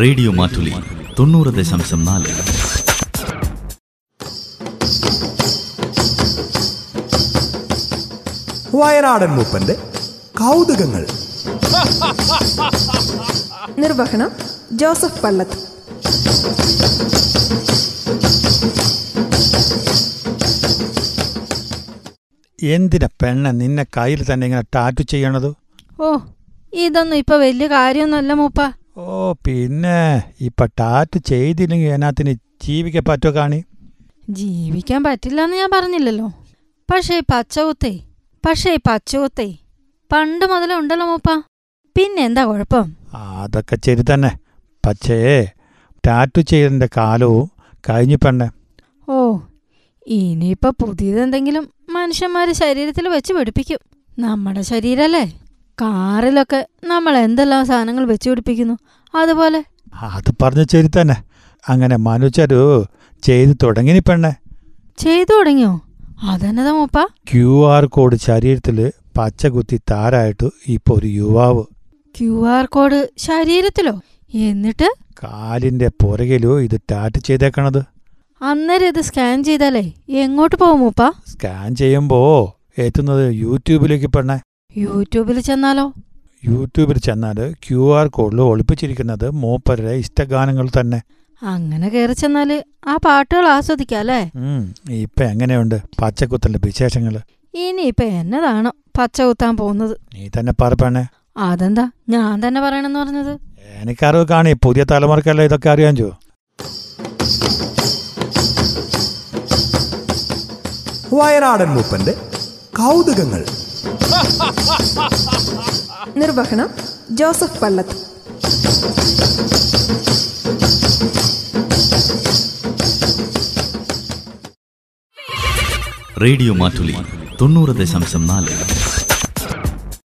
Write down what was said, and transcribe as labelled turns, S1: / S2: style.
S1: radio Mattoli തൊണ്ണൂറ് ദശാംശം നാല്
S2: വയനാടൻ മൂപ്പന്റെ കൗതുകങ്ങൾ
S3: നിർവഹണം ജോസഫ് പള്ളത്ത്
S4: എന്തിനാ പെണ്ണ നിന്നെ കയ്യിൽ തന്നെ ഇങ്ങനെ ടാറ്റു ചെയ്യണത്
S5: ഓ ഇതൊന്നും ഇപ്പൊ വലിയ കാര്യമൊന്നുമല്ല മൂപ്പ
S4: ഓ പിന്നെ ഇപ്പൊ ടാറ്റു ചെയ്തില്ലെങ്കിൽ അതിനകത്തിന് ജീവിക്കാൻ പറ്റുമോ കാണി
S5: ജീവിക്കാൻ പറ്റില്ല എന്ന് ഞാൻ പറഞ്ഞില്ലല്ലോ പക്ഷേ ഈ പച്ചകുത്തേ പക്ഷേ ഈ പച്ചകുത്തേ പണ്ട് മുതലേ ഉണ്ടല്ലോ മൂപ്പ പിന്നെന്താ കുഴപ്പം
S4: അതൊക്കെ ശരി തന്നെ പക്ഷേ ടാറ്റു ചെയ്തതിൻ്റെ കാലവും കഴിഞ്ഞു പെണ്ണെ
S5: ഓ ഇനിയിപ്പോ പുതിയതെന്തെങ്കിലും മനുഷ്യന്മാര് ശരീരത്തിൽ വെച്ച് പിടിപ്പിക്കും നമ്മുടെ ശരീരല്ലേ കാറിലൊക്കെ നമ്മൾ എന്തെല്ലാം സാധനങ്ങൾ വെച്ച് പിടിപ്പിക്കുന്നു അതുപോലെ
S4: അത് പറഞ്ഞ ശരി തന്നെ അങ്ങനെ മനുഷ്യരു ചെയ്തു തുടങ്ങിനി പെണ്ണെ
S5: ചെയ്തു തുടങ്ങിയോ അതെന്നതാ മൂപ്പ
S4: ക്യു ആർ കോഡ് ശരീരത്തിൽ പച്ച കുത്തി താരായിട്ട് ഇപ്പോൾ ഒരു യുവാവ്
S5: ക്യു ആർ കോഡ് ശരീരത്തിലോ എന്നിട്ട്
S4: കാലിൻ്റെ പുറകിലോ ഇത് ടാറ്റു ചെയ്തേക്കണത്
S5: അന്നേരം ഇത് സ്കാൻ ചെയ്താലേ എങ്ങോട്ട് പോകും മൂപ്പ
S4: സ്കാൻ ചെയ്യുമ്പോൾ എത്തുന്നത് യൂട്യൂബിലേക്ക് പെണ്ണെ
S5: യൂട്യൂബിൽ ചെന്നാലോ
S4: യൂട്യൂബിൽ ചെന്നാൽ ക്യു ആർ കോഡിൽ ഒളിപ്പിച്ചിരിക്കുന്നത് മൂപ്പരുടെ ഇഷ്ടഗാനങ്ങൾ തന്നെ
S5: അങ്ങനെ കയറി ചെന്നാല് ആ പാട്ടുകൾ ആസ്വദിക്കാം അല്ലേ
S4: ഉം, ഇപ്പൊ എങ്ങനെയുണ്ട് പച്ചക്കുത്തലിന്റെ വിശേഷങ്ങൾ
S5: ഇനിയിപ്പൊ എന്നതാണ് പച്ച കുത്താൻ പോകുന്നത്
S4: നീ തന്നെ പറപ്പണേ
S5: അതെന്താ ഞാൻ തന്നെ പറയണെന്ന് പറഞ്ഞത്
S4: എനിക്കറിവ് കാണി പുതിയ തലമുറക്കല്ല ഇതൊക്കെ അറിയാൻ ചോ
S2: വയനാടൻ മൂപ്പന്റെ കൗതുകങ്ങൾ
S3: നിർവഹണം ജോസഫ് പള്ളത്ത്
S1: റേഡിയോ മാറ്റുലി തൊണ്ണൂറ് ദശാംശം നാല്